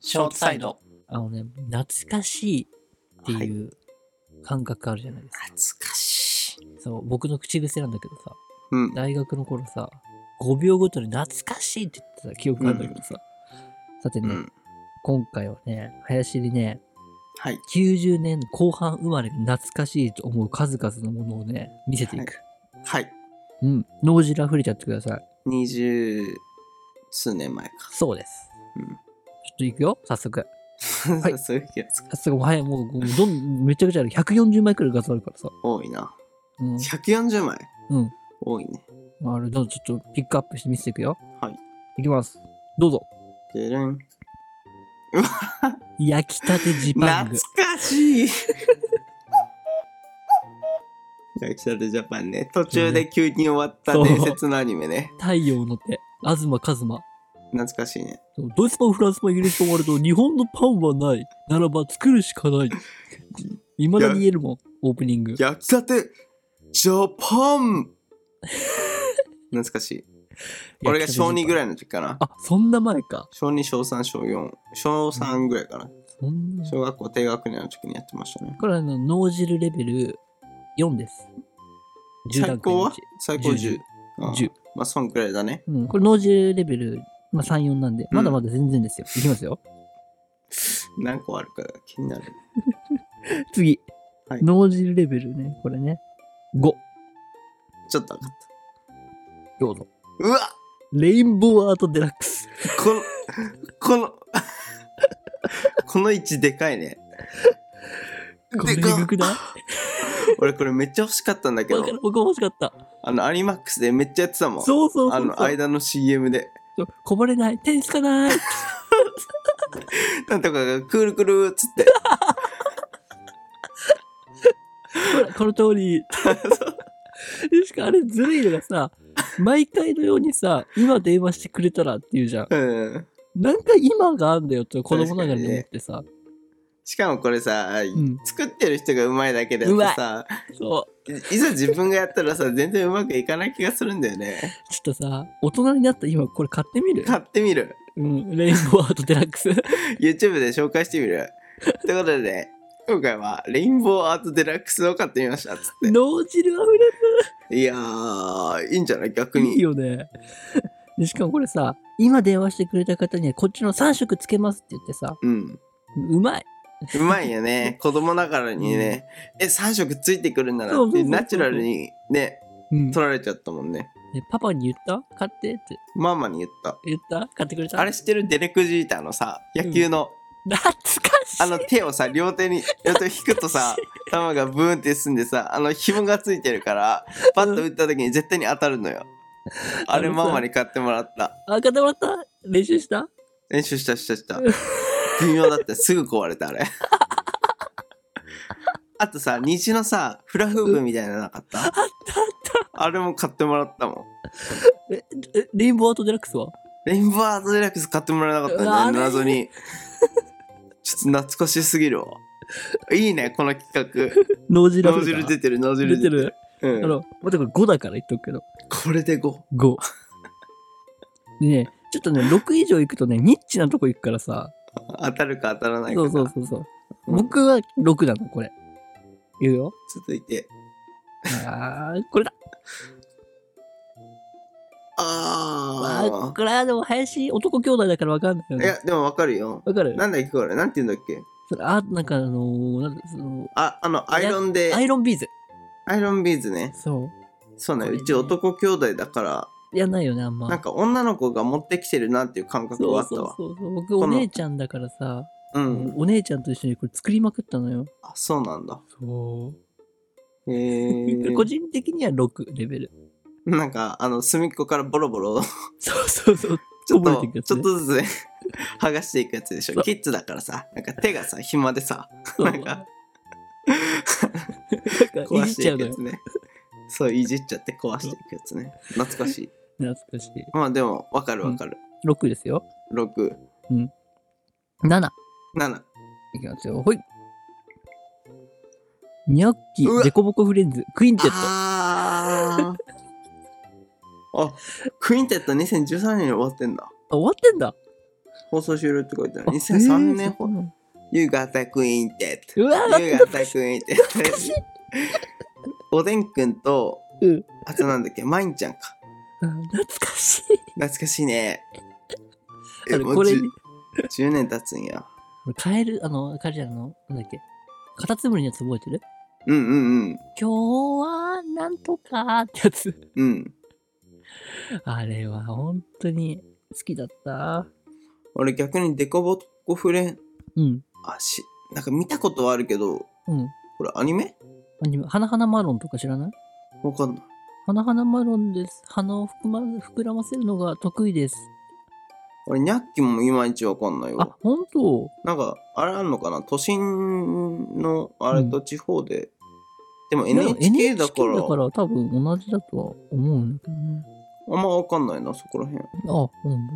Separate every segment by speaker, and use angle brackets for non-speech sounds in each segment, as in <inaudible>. Speaker 1: ショートサイド。
Speaker 2: あのね、懐かしいっていう感覚あるじゃないです
Speaker 1: 懐
Speaker 2: か。
Speaker 1: かしい。
Speaker 2: そう、僕の口癖なんだけどさ、
Speaker 1: うん。
Speaker 2: 大学の頃さ、5秒ごとに懐かしいって言ってた記憶があるんだけどさ。さて
Speaker 1: う
Speaker 2: ね、
Speaker 1: ん。
Speaker 2: 今回はね、林にね、
Speaker 1: はい。
Speaker 2: 90年後半生まれの懐かしいと思う数々のものをね、見せていく。
Speaker 1: はい。
Speaker 2: うん。脳汁溢れちゃってください。
Speaker 1: 二十数年前か。
Speaker 2: そうです。
Speaker 1: う
Speaker 2: ちょっと行くよ、早速。
Speaker 1: ん。
Speaker 2: は
Speaker 1: <laughs>
Speaker 2: い
Speaker 1: そういうやつ
Speaker 2: 早速、はい、もう、どん、めちゃくちゃある。140枚くらい画像あるからさ。
Speaker 1: 多いな。
Speaker 2: うん。
Speaker 1: 140枚
Speaker 2: うん。
Speaker 1: 多いね。
Speaker 2: あれ、どうぞちょっとピックアップして見せていくよ。
Speaker 1: はい。
Speaker 2: いきます。どうぞ。
Speaker 1: でるん。
Speaker 2: 焼きたてジパン
Speaker 1: 懐
Speaker 2: グ。
Speaker 1: かしい <laughs> 焼きたてジャパンね。途中で急に終わった
Speaker 2: そう
Speaker 1: 伝説のアニメね。
Speaker 2: 太陽の手。東和馬。
Speaker 1: 懐かしいね。
Speaker 2: そうドイツパン、フランスパン、イギリスパン割ると日本のパンはない。ならば作るしかない。いまだに言えるもん、オープニング。
Speaker 1: 焼きたてジャパン懐かしい。俺が小2ぐ
Speaker 2: い。
Speaker 1: らいの時かな。
Speaker 2: あ、そんな前か。
Speaker 1: 小2、小3、小4。小3ぐらいかな。
Speaker 2: そんな。
Speaker 1: 小学校低学年の時にやってましたね。
Speaker 2: これはあの脳汁レベル4です。10
Speaker 1: 最
Speaker 2: 段階の
Speaker 1: 高
Speaker 2: う
Speaker 1: は
Speaker 2: ち
Speaker 1: 最高
Speaker 2: 10
Speaker 1: 10。ああ
Speaker 2: 10。
Speaker 1: まあ、そんくらいだね。
Speaker 2: うん、これ脳汁レベル、まあ、3、4なんで、まだまだ全然ですよ。いきますよ。
Speaker 1: 何個あるかが気になる。
Speaker 2: 次。
Speaker 1: はい
Speaker 2: 脳汁レベルね、これね。5。
Speaker 1: ちょっと分かっ
Speaker 2: どうぞ。
Speaker 1: た。うわ
Speaker 2: レインボーアートデラックス。
Speaker 1: この、 <laughs> この、 <laughs> この位置でかいね。
Speaker 2: これえ
Speaker 1: でかっ
Speaker 2: ぐくない
Speaker 1: 俺これめっちゃ欲しかったんだけ
Speaker 2: わ
Speaker 1: ど
Speaker 2: か、る僕も欲しかった。
Speaker 1: あの、アニマックスでめっちゃやってたもん。
Speaker 2: そうそうそうそう。
Speaker 1: あの、間の CM で。
Speaker 2: そうこぼれない。手につかない。
Speaker 1: なんとかがくるくるっつって。
Speaker 2: ほら、この通 <laughs> り。でしかもあれずるいのがさ、毎回のようにさ、今電話してくれたらっていうじゃん。
Speaker 1: うん。
Speaker 2: なんか今があんだよって子供ながらに思ってさ。
Speaker 1: しかもこれさ、
Speaker 2: ん
Speaker 1: 作ってる人がうまいだけだとさ、
Speaker 2: そう。
Speaker 1: いいざ自分がやったらさ、全然うまくいかない気がするんだよね。
Speaker 2: ちょっとさ、大人になった今これ買ってみる
Speaker 1: 買ってみる。
Speaker 2: うん。レインボーアートデラック <laughs> ス。
Speaker 1: YouTube で紹介してみる。ということでね、今回はレインボーアートデラックスを買ってみましたっつっ
Speaker 2: 脳汁あふれ
Speaker 1: て。いやー、いいんじゃない逆
Speaker 2: て
Speaker 1: に。
Speaker 2: いいよね。 <laughs> でしかもこれさ、今電話してくれた方にはこっちの3色つけますって言ってさ、
Speaker 1: うん。
Speaker 2: うまい。
Speaker 1: うまいよね。子供ながらにね、え、3色ついてくるんだな
Speaker 2: そう
Speaker 1: っ
Speaker 2: そうそう
Speaker 1: て、
Speaker 2: そう
Speaker 1: ナチュラルにね、
Speaker 2: うん。
Speaker 1: 取られちゃったもんね。
Speaker 2: でパパに言った買ってって
Speaker 1: ママに言った。
Speaker 2: 言った買ってくれた
Speaker 1: あれ知ってるデレク・ジーターのさ、野球の、
Speaker 2: 懐かしい。
Speaker 1: あの手をさ、両手に、両手を引くと <laughs> さ、球がブーンって進んでさ、あの紐がついてるから、パッと打った時に絶対に当たるのよ。あれ
Speaker 2: あのさ
Speaker 1: ママに買ってもらった。
Speaker 2: あ、買ってもらった練習した
Speaker 1: 練習したした <laughs> した微妙だったすぐ壊れたあ <laughs> れあとさ虹のさフラフープみたいなのなかった、あったあったあれも買ってもらったもん
Speaker 2: え、えレインボーアートデラックスは
Speaker 1: レインボーアートデラックス買ってもらえなかった
Speaker 2: うわあ
Speaker 1: んだ
Speaker 2: れ
Speaker 1: よ謎にちょっと懐かしすぎるわ <laughs> いいねこの企
Speaker 2: 脳汁
Speaker 1: 画
Speaker 2: あふ
Speaker 1: 脳
Speaker 2: れた
Speaker 1: 汁出てる脳汁出
Speaker 2: 出て
Speaker 1: てる
Speaker 2: る。あ
Speaker 1: うん、
Speaker 2: の、待ってこれ5だから言っとくけど。
Speaker 1: これで5
Speaker 2: 5。でね、ちょっとね、6以上行くとね、ニッチなとこ行くからさ。
Speaker 1: 当たるか当たらないか
Speaker 2: そうそうそうそう。僕は6なの、これ。言うよ。
Speaker 1: 続いて
Speaker 2: あー、これだ。あ
Speaker 1: あ
Speaker 2: ー、これはでも林、男兄弟だからわかんないよ
Speaker 1: あい
Speaker 2: ね。
Speaker 1: やでもわかるよ
Speaker 2: わかる
Speaker 1: なんだっけこれなんて言うんだっけ
Speaker 2: それあ、なんかあのー、なんだその、
Speaker 1: あ、あの、アイロンで、
Speaker 2: アイロンビーズ。
Speaker 1: アイロンビーズね。
Speaker 2: そ
Speaker 1: そうね、
Speaker 2: これ
Speaker 1: う
Speaker 2: ね
Speaker 1: ち男兄弟だから、
Speaker 2: う。やんないよね、あんま。
Speaker 1: なんか女の子が持ってきてるなっていう感覚
Speaker 2: そ
Speaker 1: があっ
Speaker 2: う
Speaker 1: た
Speaker 2: そう
Speaker 1: わ。
Speaker 2: そうそう。僕、お
Speaker 1: この
Speaker 2: 姉ちゃんだからさ。
Speaker 1: うん。
Speaker 2: お姉ちゃんと一緒にこれ作りまくったのよ。
Speaker 1: あ、そうなんだ。
Speaker 2: そ
Speaker 1: へえ。
Speaker 2: う個人的には6レベル。
Speaker 1: なんか、あの、隅っこからボロボロ、
Speaker 2: そうそうそう。
Speaker 1: ちょっ
Speaker 2: <laughs> こぼれ
Speaker 1: と、
Speaker 2: ていくやつ
Speaker 1: ち
Speaker 2: ね
Speaker 1: ょっとずつね、剥がしていくやつでし
Speaker 2: そ
Speaker 1: ょ。
Speaker 2: う
Speaker 1: キッズだからさ、なんか手がさ、暇でさ、
Speaker 2: そう
Speaker 1: なんか
Speaker 2: なんか
Speaker 1: 壊
Speaker 2: いじっ
Speaker 1: して
Speaker 2: ちゃ
Speaker 1: いうく
Speaker 2: の
Speaker 1: や
Speaker 2: よ。
Speaker 1: つね。そう、いじっちゃって壊していくやつね。懐かし
Speaker 2: <laughs>
Speaker 1: い。
Speaker 2: 懐かしい。
Speaker 1: まあでも、わかるわかる。
Speaker 2: 6ですよ。
Speaker 1: 6、
Speaker 2: 7。
Speaker 1: 7。
Speaker 2: いきますよ。ほい。ニャッキ
Speaker 1: うわ
Speaker 2: ー、デコボコフレンズ、クインテット。
Speaker 1: あーあクインテット2013年に終わってんだ
Speaker 2: あ、終わってんだ。
Speaker 1: 放送終了って書いてある。
Speaker 2: あ
Speaker 1: 2003
Speaker 2: えー
Speaker 1: 年
Speaker 2: そう
Speaker 1: 放
Speaker 2: なの
Speaker 1: 夕方クイーンテッ
Speaker 2: うわ
Speaker 1: ド。夕
Speaker 2: 懐
Speaker 1: 方
Speaker 2: かしい
Speaker 1: クイーンテ
Speaker 2: 懐かしい
Speaker 1: ッド。おでんくんと、
Speaker 2: うん
Speaker 1: あとなんだっけ、まいんちゃんか。
Speaker 2: うん懐かしい
Speaker 1: 懐かしいね。え
Speaker 2: あの
Speaker 1: もう
Speaker 2: これに
Speaker 1: 10, 10年経つんや。
Speaker 2: カエルあのカエルじゃんあのなんだっけカタツムリのやつ覚えてる
Speaker 1: うんうんうん。
Speaker 2: 今日はなんとかってやつ
Speaker 1: うん。
Speaker 2: あれは本当に好きだった。
Speaker 1: 俺逆にデコボコフレン、
Speaker 2: うん。
Speaker 1: あ、し、なんか見たことはあるけど、
Speaker 2: うん。
Speaker 1: これアニメ
Speaker 2: アニメ、花々マロンとか知らない
Speaker 1: わかんない。
Speaker 2: 花々マロンです。鼻を膨,、ま、膨らませるのが得意です。
Speaker 1: 俺、ニャッキもいまいちわかんない
Speaker 2: あ
Speaker 1: わ。、
Speaker 2: 本当
Speaker 1: なんか、あれあんのかな都心のあれと地方で。でも NHK だから、
Speaker 2: だから多分同じだとは思うんだけどね。
Speaker 1: あんまわかんないな、そこらへん。
Speaker 2: あ、うん。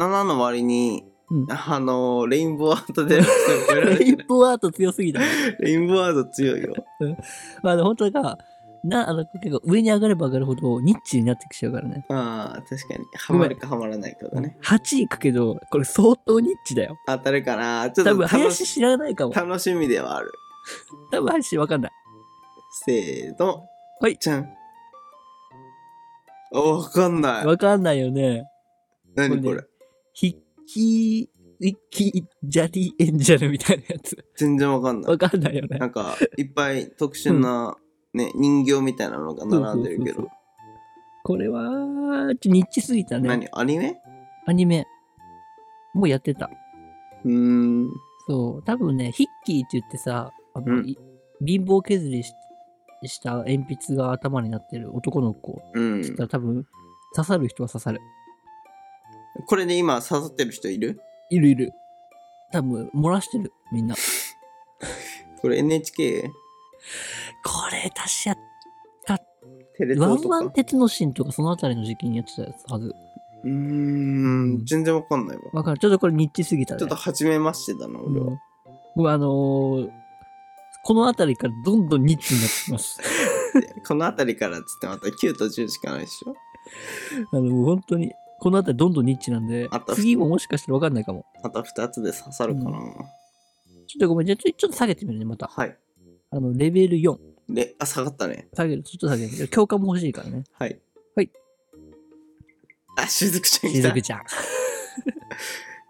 Speaker 1: 7の割に、
Speaker 2: うん
Speaker 1: あのー、レインボーアートで、超え
Speaker 2: <laughs>
Speaker 1: られて
Speaker 2: レイ
Speaker 1: ない
Speaker 2: ンボーアート強すぎだ。
Speaker 1: レインボーアート強いよ。
Speaker 2: <laughs> まあ、でも本当だから、な、あの、結構上に上がれば上がるほどニッチになってきちゃうからね。
Speaker 1: ああ、確かに。ハマるかハマらないかだね。
Speaker 2: 8いくけど、これ相当ニッチだよ。
Speaker 1: 当たるかなちょっ
Speaker 2: 多
Speaker 1: と
Speaker 2: 分
Speaker 1: 楽
Speaker 2: 林
Speaker 1: し
Speaker 2: 知らないかも。
Speaker 1: 楽しみではある。
Speaker 2: 多分林わかんない。
Speaker 1: せーの。
Speaker 2: はい
Speaker 1: じゃん。あわかんない。
Speaker 2: わかんないよね。
Speaker 1: 何こ
Speaker 2: これ
Speaker 1: れ
Speaker 2: ね。ヒッキー、イッキー、ジャリエンジェルみたいなやつ。
Speaker 1: 全然わかんない
Speaker 2: わ。かんないよね
Speaker 1: な。んか、いっぱい特殊な、ね、人形みたいなのが並んでるけ
Speaker 2: そうそうそうそ
Speaker 1: ど
Speaker 2: う。これは、ちょニッチすぎたね。
Speaker 1: 何アニメ
Speaker 2: アニメ。もうやってた。
Speaker 1: うーん。
Speaker 2: そう。多分ね、ヒッキーって言ってさ、あの、
Speaker 1: うん
Speaker 2: い貧乏削りしした鉛筆が頭になってる男の子。
Speaker 1: うん。
Speaker 2: だから多分、刺さる人は刺さる。
Speaker 1: これで今刺さってる人いる
Speaker 2: いるいる。多分、漏らしてる、みんな。
Speaker 1: これ NHK?
Speaker 2: これ、確か、
Speaker 1: テレ
Speaker 2: ワ
Speaker 1: 東
Speaker 2: ン
Speaker 1: と
Speaker 2: ワ
Speaker 1: か
Speaker 2: ン鉄の芯とかそのあたりの時期にやってたやつはず。
Speaker 1: うーん。全然わかんないわ。
Speaker 2: わかる。ちょっとこれニッチすぎたね。
Speaker 1: ちょっと初めましてだな、
Speaker 2: うん、
Speaker 1: 俺は。
Speaker 2: 僕はあのーこの辺りからどんどんニッチになってきます。
Speaker 1: <laughs>
Speaker 2: <laughs>
Speaker 1: この辺りからっつってまた9と10しかないでしょ。
Speaker 2: あの、もう本当に、この辺りどんどんニッチなんで
Speaker 1: あと、
Speaker 2: 次ももしかしたらわかんないかも。
Speaker 1: あと2つで刺さるかな。
Speaker 2: うちょっとごめん、じゃあちょちょっと下げてみるね、また。
Speaker 1: はい。
Speaker 2: あの、レベル4。
Speaker 1: で、あ、下がったね。
Speaker 2: 下げる、ちょっと下げる。強化も欲しいから
Speaker 1: <laughs>
Speaker 2: ね。
Speaker 1: はい。
Speaker 2: はい。
Speaker 1: あ、しずくちゃん
Speaker 2: し
Speaker 1: 来た
Speaker 2: ず。くちゃん。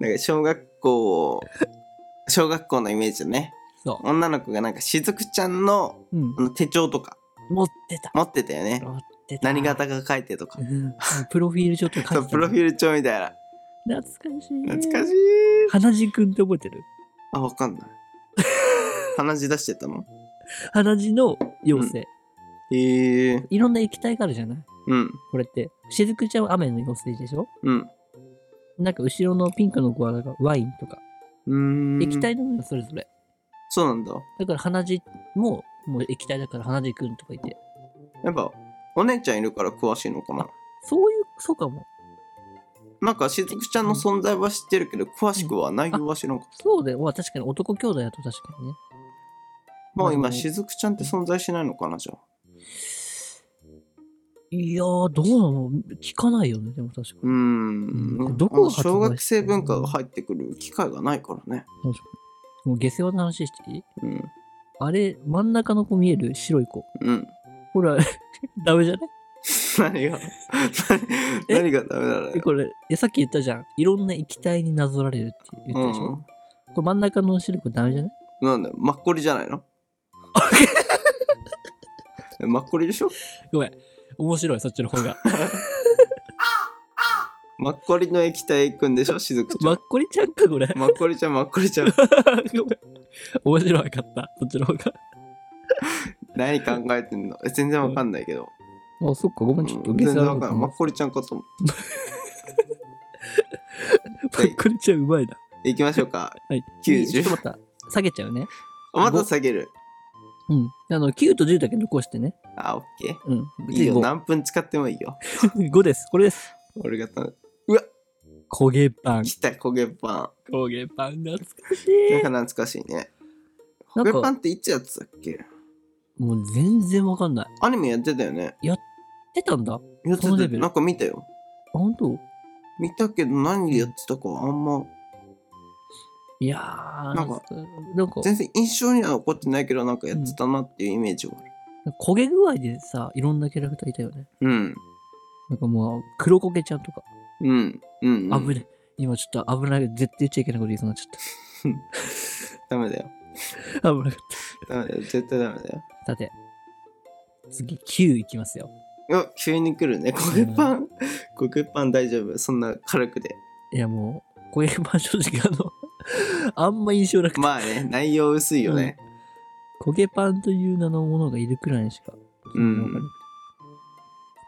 Speaker 1: なんか小学校 <laughs> を、小学校のイメージだね。
Speaker 2: そ
Speaker 1: 女の子がなんかしずくちゃんの
Speaker 2: う。うん
Speaker 1: あ。の手帳とか
Speaker 2: 持ってた。
Speaker 1: 持ってたよね。
Speaker 2: 持ってた。
Speaker 1: 何型が書いてとか
Speaker 2: う。ん。プロフィールちょっと書いて
Speaker 1: そう
Speaker 2: た
Speaker 1: プロフィール帳みたいな。
Speaker 2: 懐かしい。
Speaker 1: 懐かしい
Speaker 2: い。。花地くんって覚えてる
Speaker 1: あ、わかんない。
Speaker 2: <laughs>
Speaker 1: 鼻血出してたの
Speaker 2: 花地の妖精。
Speaker 1: へえー。
Speaker 2: いろんな液体があるじゃない
Speaker 1: うん。
Speaker 2: これって。しずくちゃんは雨の妖精でしょ
Speaker 1: うん。
Speaker 2: なんか後ろのピンクの子はなんかワインとか、
Speaker 1: うーん。
Speaker 2: 液体なのよ、それぞれ。
Speaker 1: そうなんだ。
Speaker 2: だから鼻血も、もう液体だから鼻血くんとかいて。
Speaker 1: やっぱ、お姉ちゃんいるから詳しいのかな。
Speaker 2: そういう、そうかも。
Speaker 1: なんか、しずくちゃんの存在は知ってるけど、詳しくは内容は知らんかった。
Speaker 2: そうだよ。まあ確かに男兄弟だと確かにね。
Speaker 1: もう
Speaker 2: あ
Speaker 1: 今、
Speaker 2: の
Speaker 1: しずくちゃんって存在しないのかな、じゃあ。
Speaker 2: いやー、どうなの聞かないよね、でも確か
Speaker 1: うー。
Speaker 2: に。うんんどこが発売した
Speaker 1: 小学生文化が入ってくる機会がないからね。
Speaker 2: 確かにもう下世話の話していい
Speaker 1: うん。
Speaker 2: あれ、真ん中の子見える白い子。
Speaker 1: うん。 <laughs>
Speaker 2: ほら、 <laughs> ダメじゃない
Speaker 1: 何が、
Speaker 2: え
Speaker 1: 何がダメだろう
Speaker 2: えこれ、えさっき言ったじゃん。いろんな液体になぞられるって言ったでしょ、これ真ん中の白い子ダメじゃない
Speaker 1: うん。なんだよ、マッコリじゃないのえマッコリでしょ
Speaker 2: ごめん。面白い、そっちの <laughs> 方が。
Speaker 1: マッコリの液体いくんでしょしずくちゃ
Speaker 2: マ
Speaker 1: ん
Speaker 2: ッ。コリちゃんか、これ。
Speaker 1: マッコリちゃん、マッコリちゃん。
Speaker 2: ごめん <laughs> 面白かった、そっちの方が。
Speaker 1: 何考えてんのえ全然わかんないけど。
Speaker 2: あ、そっか、ごめん、ちょっと
Speaker 1: うん
Speaker 2: ゲ
Speaker 1: 全
Speaker 2: ス
Speaker 1: 然
Speaker 2: あ
Speaker 1: わ
Speaker 2: る
Speaker 1: かん
Speaker 2: か
Speaker 1: ない。マッコリちゃんかと思
Speaker 2: パッコリちゃんうまいな。
Speaker 1: う。いきましょうか。
Speaker 2: はい。
Speaker 1: 90
Speaker 2: ちょっとまた、下げちゃうね。
Speaker 1: あまた下げる。
Speaker 2: うん。あの、9と10だけ残してね。
Speaker 1: あ、オッケ
Speaker 2: うん。
Speaker 1: ー。いいよ。
Speaker 2: 5。
Speaker 1: 何分使ってもいいよ。
Speaker 2: <laughs> 5です。これです。
Speaker 1: 俺が頼む
Speaker 2: 焦げパン。
Speaker 1: 来た焦げパ
Speaker 2: 焦げパン、懐かし
Speaker 1: ン。なんか。懐
Speaker 2: い
Speaker 1: かしいね。焦
Speaker 2: なんか
Speaker 1: げパンっていつやってたっけ
Speaker 2: もう全然わかんない。
Speaker 1: アニメやってたよね。
Speaker 2: 出たんだ。あ
Speaker 1: やってた
Speaker 2: その
Speaker 1: よ
Speaker 2: レベル
Speaker 1: なんか見たよ。
Speaker 2: 本当
Speaker 1: 見たけど何でやってたかあんま
Speaker 2: いやー、
Speaker 1: なんか、
Speaker 2: なんか、
Speaker 1: 全然印象には残ってないけどなんかやってたなっていうイメージはある
Speaker 2: 焦げ具合でさ、いろんなキャラクターいたよね。
Speaker 1: うん
Speaker 2: なんかもう、黒焦げちゃんとか、
Speaker 1: うんうん、うん、
Speaker 2: 危ね。今ちょっと危ない、絶対言っちゃいけないこと言いそうになっち
Speaker 1: ダメだよ
Speaker 2: ゃ
Speaker 1: ダメ
Speaker 2: <laughs> った。危なかっ
Speaker 1: だよ絶対ダメだよ
Speaker 2: た。さて、次、9いきますよ。
Speaker 1: うわ急に来るねコゲパンコゲパン大丈夫そんな軽くで
Speaker 2: いやもう、こういう場所正直あの、あんま印象なくて、
Speaker 1: まあね内容薄いよね、
Speaker 2: 焦げパンという名のものがいるくらいにしか、
Speaker 1: うん
Speaker 2: わかんない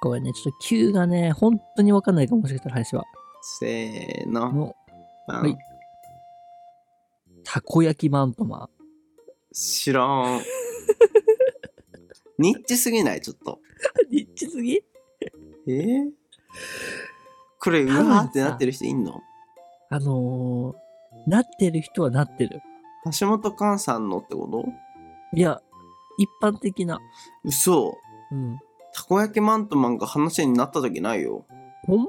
Speaker 2: これね、ちょっと Q がね、本当にわかんないかもしれない、話は。
Speaker 1: せーの
Speaker 2: の、
Speaker 1: パン、
Speaker 2: はいたこ焼きマントマン。
Speaker 1: 知らん
Speaker 2: <laughs>
Speaker 1: ニッチすぎないちょっと
Speaker 2: リッチすぎ
Speaker 1: えー、これうわ
Speaker 2: 多分
Speaker 1: ー
Speaker 2: さ
Speaker 1: ってなってる人いんの
Speaker 2: あのー、なってる人はなってる。
Speaker 1: 橋本環さんのってこと
Speaker 2: いや、一般的な。
Speaker 1: 嘘
Speaker 2: うん。
Speaker 1: たこ焼きマントマンが話になった時ないよ
Speaker 2: ほんま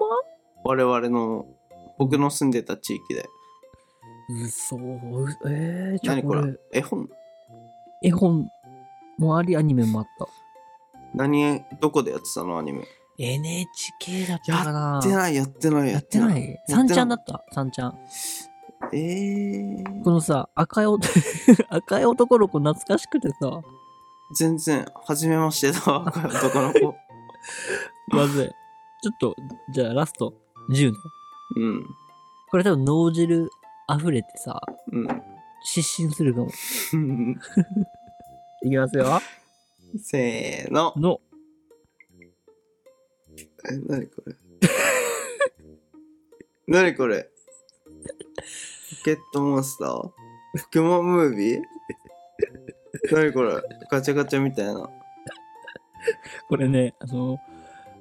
Speaker 1: 我々の僕の住んでた地域で
Speaker 2: 嘘。うえー、ちょ
Speaker 1: 何これ
Speaker 2: これ
Speaker 1: 絵本
Speaker 2: 絵本もあり、アニメもあった。
Speaker 1: 何どこでやってたのアニメ
Speaker 2: NHK だったかな
Speaker 1: やってないやってない
Speaker 2: やってない
Speaker 1: や
Speaker 2: 三
Speaker 1: って
Speaker 2: ちゃんだった三ちゃん。
Speaker 1: えー
Speaker 2: このさ、赤いお、 <laughs> 赤い男の子懐かしくてさ、
Speaker 1: 全然初めましてだわ <laughs> この男の子
Speaker 2: まずい。ちょっと、じゃあラスト、10ね。
Speaker 1: うん
Speaker 2: これ多分脳汁溢れてさ、失神するかも。
Speaker 1: うん <laughs>
Speaker 2: いきますよ。
Speaker 1: せーの
Speaker 2: の、
Speaker 1: え何これ何これポケットモンスターポケモンムービー何これガチャガチャみたいな
Speaker 2: これね、あの、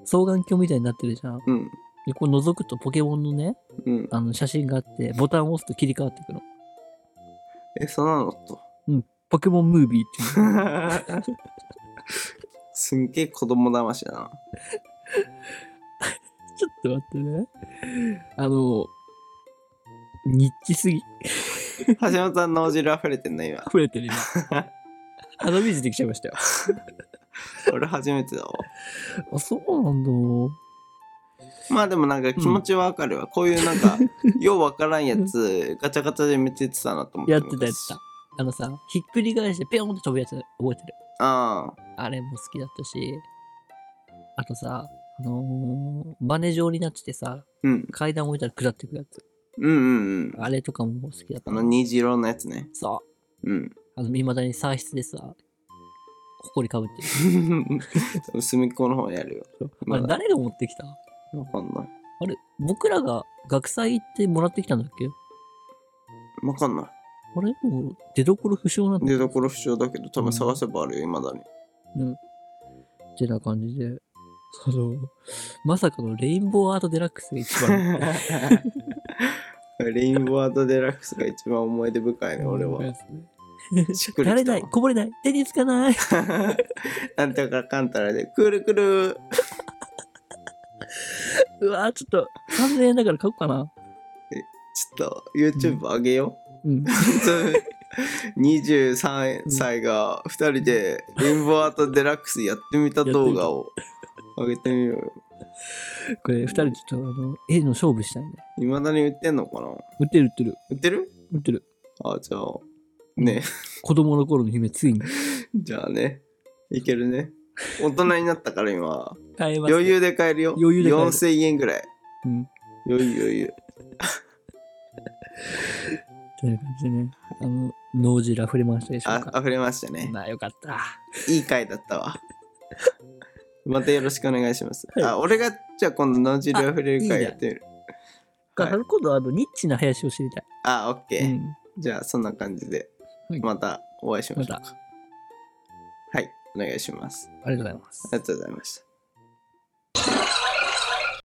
Speaker 2: 双眼鏡みたいになってるじゃん。
Speaker 1: うん
Speaker 2: で、こう覗くとポケモンのね、
Speaker 1: うん
Speaker 2: あの写真があって、ボタンを押すと切り替わってくの。
Speaker 1: えそうなのと
Speaker 2: ポケモンムービーっていうの。
Speaker 1: すんげえ子供騙しだな
Speaker 2: ちょっと待ってね。あの、ニッチすぎ。
Speaker 1: 橋本さん脳汁溢れてんの今
Speaker 2: 溢れて <laughs> る今。鼻水できちゃいましたよ。
Speaker 1: 俺初めてだわ
Speaker 2: あ、そうなんだ。
Speaker 1: まあでもなんか気持ちはわかるわ、こういうなんかようわからんやつガチャガチャでめっちゃやってたなと思って
Speaker 2: やってたやつだ。あのさ、ひっくり返してペヨンって飛ぶやつ覚えてる。
Speaker 1: ああ
Speaker 2: あれも好きだったし、あとさ、あのーバネ状になっててさ、
Speaker 1: うん
Speaker 2: 階段置いたら下っていくやつ。
Speaker 1: うんうんうん
Speaker 2: あれとかも好きだった
Speaker 1: あ
Speaker 2: な。
Speaker 1: の虹色のやつね
Speaker 2: さ、
Speaker 1: うん
Speaker 2: あの、未だに産室でさ、ほこりかぶってる。
Speaker 1: 隅っこの方やるよ
Speaker 2: あれ
Speaker 1: まだ
Speaker 2: 誰が持ってきた
Speaker 1: わかんない
Speaker 2: あれ、僕らが学祭行ってもらってきたんだっけ
Speaker 1: わかんない
Speaker 2: あれもう出どころ不詳なんだ
Speaker 1: 出どころ不詳だけど多分探せばあるよ未だに
Speaker 2: ってな感じで、あの、まさかのレインボーアートデラックスが一番。
Speaker 1: レインボーアートデラックスが一番思い出深いね <laughs> 俺はしっくり
Speaker 2: 慣れ
Speaker 1: き
Speaker 2: ない、こぼれない、手につ
Speaker 1: <laughs>
Speaker 2: かない。
Speaker 1: たわ <laughs> なんとかかんたらでくるくる
Speaker 2: うわーちょっと、3000円だから買おうかな。
Speaker 1: ちょっと YouTube 上げよう、
Speaker 2: <laughs> うん。
Speaker 1: 23歳が2人でレインボーアートデラックスやってみた動画を上げてみようよ。
Speaker 2: これ、2人ちょっと、あの、絵の勝負したいね。
Speaker 1: いまだに売ってんのかな
Speaker 2: 売ってる売ってる。
Speaker 1: 売ってる
Speaker 2: 売ってる。
Speaker 1: あ、じゃあ、ね、 <laughs>
Speaker 2: 子供の頃の夢、ついに。
Speaker 1: じゃあね、いけるね。大人になったから今、
Speaker 2: 買えます。
Speaker 1: 余裕で買えるよ。
Speaker 2: 余裕で買える
Speaker 1: 4000円ぐらい。
Speaker 2: うん。
Speaker 1: 余裕余裕。
Speaker 2: という感じでね、あの、脳汁溢れましたでしょう
Speaker 1: あ、
Speaker 2: か。
Speaker 1: 溢れましたね。
Speaker 2: まあ、よかった。
Speaker 1: いい回だったわ。またよろしくお願いします。
Speaker 2: はい
Speaker 1: あ、俺が、じゃあ今度脳汁溢れる
Speaker 2: あい
Speaker 1: 回
Speaker 2: いね
Speaker 1: やってみる。
Speaker 2: だから今度、あの、ニッチな林を知りたい。
Speaker 1: あ、オッケー。
Speaker 2: うん
Speaker 1: じゃあそんな感じで
Speaker 2: はい
Speaker 1: またお会いしましょう
Speaker 2: ま
Speaker 1: か。はい、お願いします。
Speaker 2: ありがとうございます
Speaker 1: あ。りがとうございました。